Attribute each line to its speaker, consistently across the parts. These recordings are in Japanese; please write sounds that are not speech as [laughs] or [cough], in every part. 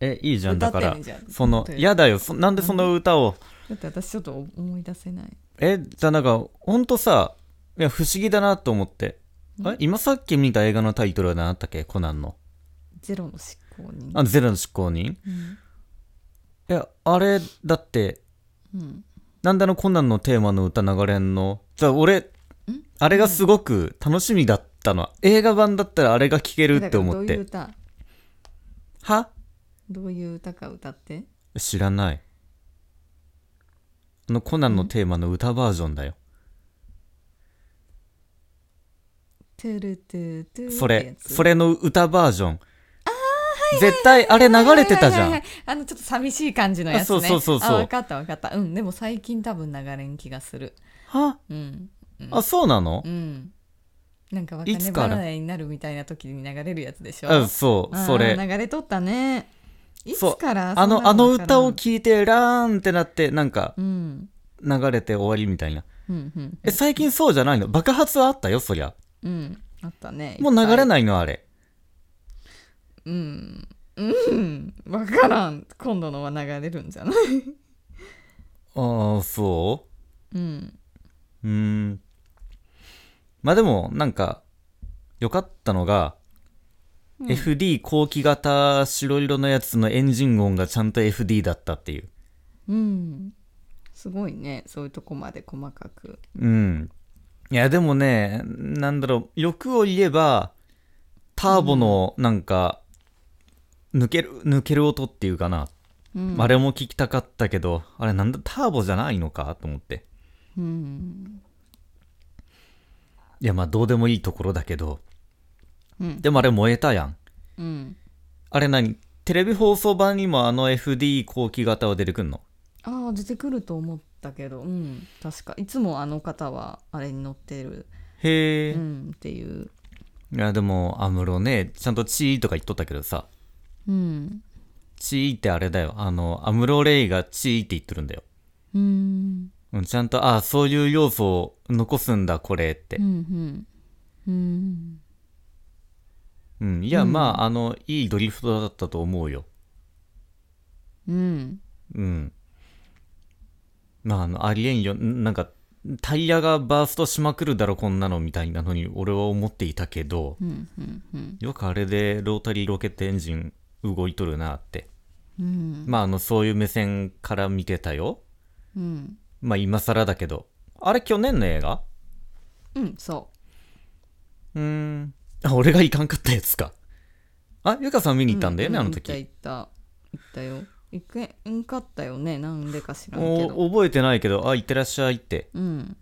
Speaker 1: え、いいじゃん。
Speaker 2: 歌
Speaker 1: だ
Speaker 2: って
Speaker 1: か
Speaker 2: ね
Speaker 1: ら
Speaker 2: じゃ、あ
Speaker 1: その
Speaker 2: 本当、に
Speaker 1: やだよ。そなんでその歌を。
Speaker 2: だって私ちょっと思い出せない
Speaker 1: え、じゃあなんか、ほんとさ、いや、不思議だなと思って。あれ今さっき見た映画のタイトルは何だったっけコナンの。
Speaker 2: ゼロの執行人
Speaker 1: あ、ゼロの執行人
Speaker 2: うん
Speaker 1: いや、あれ、だって、
Speaker 2: うん
Speaker 1: なんであのコナンのテーマの歌流れんのじゃあ俺、あれがすごく楽しみだったの。映画版だったらあれが聴けるって思っ
Speaker 2: だからどういう
Speaker 1: て。
Speaker 2: 歌
Speaker 1: は
Speaker 2: どういう歌か歌って
Speaker 1: 知らない。あのコナンのテーマの歌バージョンだよ。
Speaker 2: トゥルトゥトゥ
Speaker 1: それ、そ
Speaker 2: れ
Speaker 1: れの歌バージョン。絶対あれ流れてたじゃん。
Speaker 2: あのちょっと寂しい感じのやつね
Speaker 1: あそうそうそうそう
Speaker 2: あ分かった分かったうんでも最近多分流れん気がする
Speaker 1: は
Speaker 2: うん
Speaker 1: あ、そうなの
Speaker 2: うんなんか
Speaker 1: い
Speaker 2: 別
Speaker 1: つ
Speaker 2: れ
Speaker 1: から
Speaker 2: 離れになるみたいな時に流れるやつでしょ
Speaker 1: うん、そう、
Speaker 2: あー
Speaker 1: それ。
Speaker 2: 流れとったねい
Speaker 1: そう
Speaker 2: つから
Speaker 1: あ
Speaker 2: そん
Speaker 1: の、
Speaker 2: な
Speaker 1: あの
Speaker 2: わから
Speaker 1: 歌
Speaker 2: ん
Speaker 1: を聴いて、ラーンってなって、なんか、
Speaker 2: うん
Speaker 1: 流れて終わりみたいな。
Speaker 2: うんうん
Speaker 1: え、最近そうじゃないの爆発はあったよ、そりゃ。
Speaker 2: うんあったね
Speaker 1: もう流れ
Speaker 2: いっぱい
Speaker 1: ないの、あれ。
Speaker 2: うんうん分からん今度のは流れるんじゃない
Speaker 1: ああ、そ
Speaker 2: うん
Speaker 1: ううーん。まあでも、なんか、良かったのが、FD 後期型白色のやつのエンジン音がちゃんと FD だったっていう。
Speaker 2: うんすごいねそういうとこまで細かく
Speaker 1: うん。いや、でもね、なんだろう、欲を言えば、ターボの、なんか、抜ける、抜ける音っていうかな。
Speaker 2: うん
Speaker 1: あれも聞きたかったけど、あれなんだ、ターボじゃないのかと思って。
Speaker 2: うん
Speaker 1: いや、まあ、どうでもいいところだけど。
Speaker 2: うん
Speaker 1: でもあれ燃えたやん。
Speaker 2: うん
Speaker 1: あれ何テレビ放送版にもあの FD 後期型は出てくんの
Speaker 2: ああ出てくると思ったけどうん確かいつもあの方はあれに乗ってる
Speaker 1: へえ、
Speaker 2: うんっていう
Speaker 1: いやでも安室ねちゃんと「チー」とか言っとったけどさ
Speaker 2: うん
Speaker 1: 「チー」ってあれだよあの安室レイが「チー」って言ってるんだよ、
Speaker 2: うん
Speaker 1: うん、ちゃんとああそういう要素を残すんだこれって
Speaker 2: うんうんうん
Speaker 1: うんいや、まああのいいドリフトだったと思うよ
Speaker 2: うん
Speaker 1: うんまああのありえんよんなんかタイヤがバーストしまくるだろこんなのみたいなのに俺は思っていたけど、
Speaker 2: うんうんうん
Speaker 1: よくあれでロータリーロケットエンジン動いとるなって。
Speaker 2: うん
Speaker 1: まあ、あの、そういう目線から見てたよ。
Speaker 2: うん
Speaker 1: まあ、今更だけど。あれ、去年の映画
Speaker 2: うんそう
Speaker 1: ーん。あ、俺が行かんかったやつか。あ、ゆかさん見に行ったんだよね、
Speaker 2: う
Speaker 1: あの
Speaker 2: 行
Speaker 1: 時。
Speaker 2: った行った行ったよ行けんかったよねなんでか知らんけど
Speaker 1: お覚えてないけど、あ、行ってらっしゃいって。
Speaker 2: うん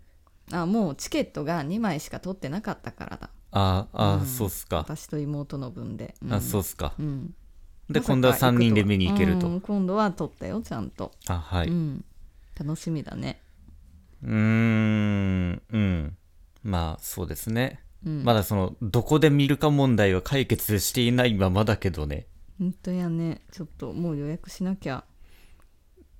Speaker 2: あもうチケットが2枚しか取ってなかったからだ
Speaker 1: あ、あ、
Speaker 2: うん
Speaker 1: そうっすか。
Speaker 2: 私と妹の分で、うん
Speaker 1: あ、そうっすか。
Speaker 2: うん
Speaker 1: で、
Speaker 2: まさか
Speaker 1: 今度は3人で見に行ける
Speaker 2: う
Speaker 1: と。
Speaker 2: ん今度は取ったよちゃんと、
Speaker 1: あ、はい。
Speaker 2: う
Speaker 1: うん
Speaker 2: 楽しみだね
Speaker 1: ーん、うん。まあ、そうですね。
Speaker 2: うん
Speaker 1: まだその、どこで見るか問題は解決していないままだけどね。
Speaker 2: 本当やねちょっともう予約しなきゃ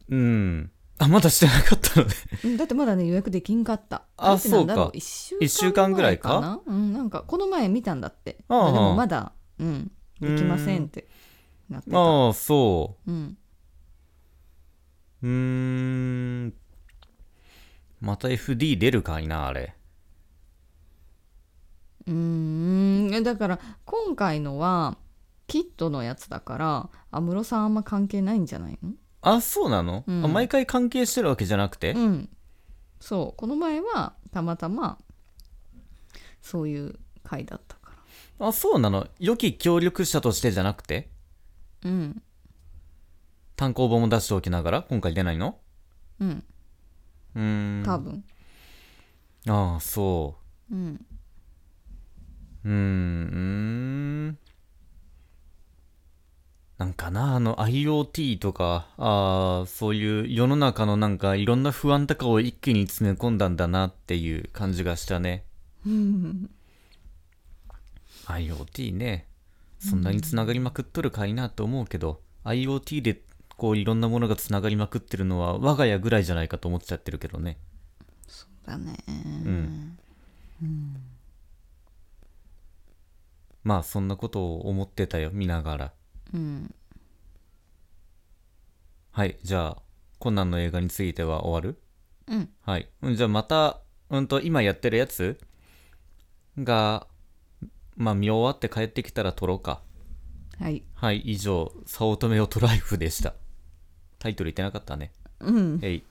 Speaker 1: うん。あ、まだしてなかったの
Speaker 2: [laughs]
Speaker 1: ね。
Speaker 2: うんだってまだね予約できんかった
Speaker 1: あ
Speaker 2: だってなんだろ
Speaker 1: そうか
Speaker 2: 1
Speaker 1: 1週間ぐらいか
Speaker 2: 前なうんなんかこの前見たんだって
Speaker 1: ああ
Speaker 2: でもまだうんできませんってなってた
Speaker 1: ああ、そ
Speaker 2: うん
Speaker 1: う。うーん。また FD 出るかいな、あれ。
Speaker 2: うーんえだから今回のはキットのやつだから安室さんあんま関係ないんじゃないの
Speaker 1: あ、そうなの、
Speaker 2: うん
Speaker 1: あ毎回関係してるわけじゃなくて、
Speaker 2: うんそうこの前はたまたまそういう回だったか
Speaker 1: あ、そうなの良き協力者としてじゃなくて
Speaker 2: らうん
Speaker 1: 単行本も出しておきながら今回出ないの
Speaker 2: うん
Speaker 1: うーん。
Speaker 2: 多分
Speaker 1: ああ、そ
Speaker 2: うん
Speaker 1: う。うーん。なんかな、あの IoT とか、ああ、そういう世の中のなんかいろんな不安とかを一気に詰め込んだんだなっていう感じがしたね。IoT ねそんなにつながりまくっとるかいなと思うけど、IoT でこういろんなものがつながりまくってるのは我が家ぐらいじゃないかと思っちゃってるけどね
Speaker 2: だね
Speaker 1: んまあそんなことを思ってたよ見ながら
Speaker 2: うん
Speaker 1: はいじゃあコナンの映画については終わる
Speaker 2: うん
Speaker 1: はい、うん、じゃあまた、うん、と今やってるやつがまあ見終わって帰ってきたら撮ろうか
Speaker 2: はい
Speaker 1: はい以上「早乙女をトライフ」でしたタイトル言ってなかったね
Speaker 2: うん
Speaker 1: えい